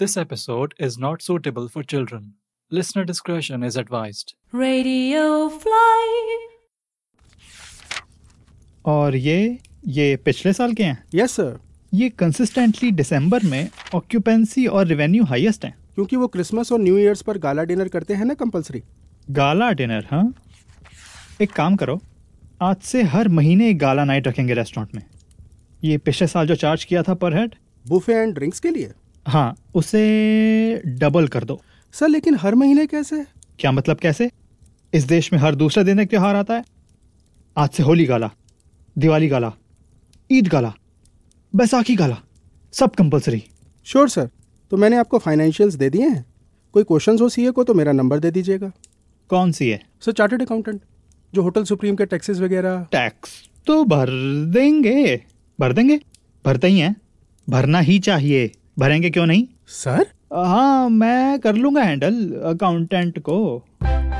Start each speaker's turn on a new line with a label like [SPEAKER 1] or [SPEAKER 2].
[SPEAKER 1] This episode is not suitable for children. Listener discretion is advised.
[SPEAKER 2] Radio Fly.
[SPEAKER 3] और ये ये पिछले साल के हैं
[SPEAKER 4] यस सर
[SPEAKER 3] ये कंसिस्टेंटली दिसंबर में ऑक्यूपेंसी और रेवेन्यू हाईएस्ट हैं
[SPEAKER 4] क्योंकि वो क्रिसमस और न्यू ईयर्स पर गाला डिनर करते हैं ना कंपलसरी
[SPEAKER 3] गाला डिनर हाँ एक काम करो आज से हर महीने एक गाला नाइट रखेंगे रेस्टोरेंट में ये पिछले साल जो चार्ज किया था per head
[SPEAKER 4] buffet and drinks के लिए
[SPEAKER 3] हाँ उसे डबल कर दो
[SPEAKER 4] सर लेकिन हर महीने कैसे
[SPEAKER 3] क्या मतलब कैसे इस देश में हर दूसरे दिन एक त्यौहार आता है आज से Holi gala Diwali gala Eid gala Baisakhi gala सब कंपलसरी
[SPEAKER 4] श्योर सर तो मैंने आपको फाइनेंशियल्स दे दिए हैं कोई क्वेश्चंस हो सीए को तो मेरा नंबर दे दीजिएगा
[SPEAKER 3] कौन सी है
[SPEAKER 4] सर चार्टर्ड अकाउंटेंट जो होटल सुप्रीम के टैक्सेस वगैरह
[SPEAKER 3] टैक्स तो भर देंगे भर देंगे भरते ही हैं भरना ही चाहिए भरेंगे क्यों नहीं
[SPEAKER 4] सर
[SPEAKER 3] हाँ मैं कर लूंगा हैंडल अकाउंटेंट को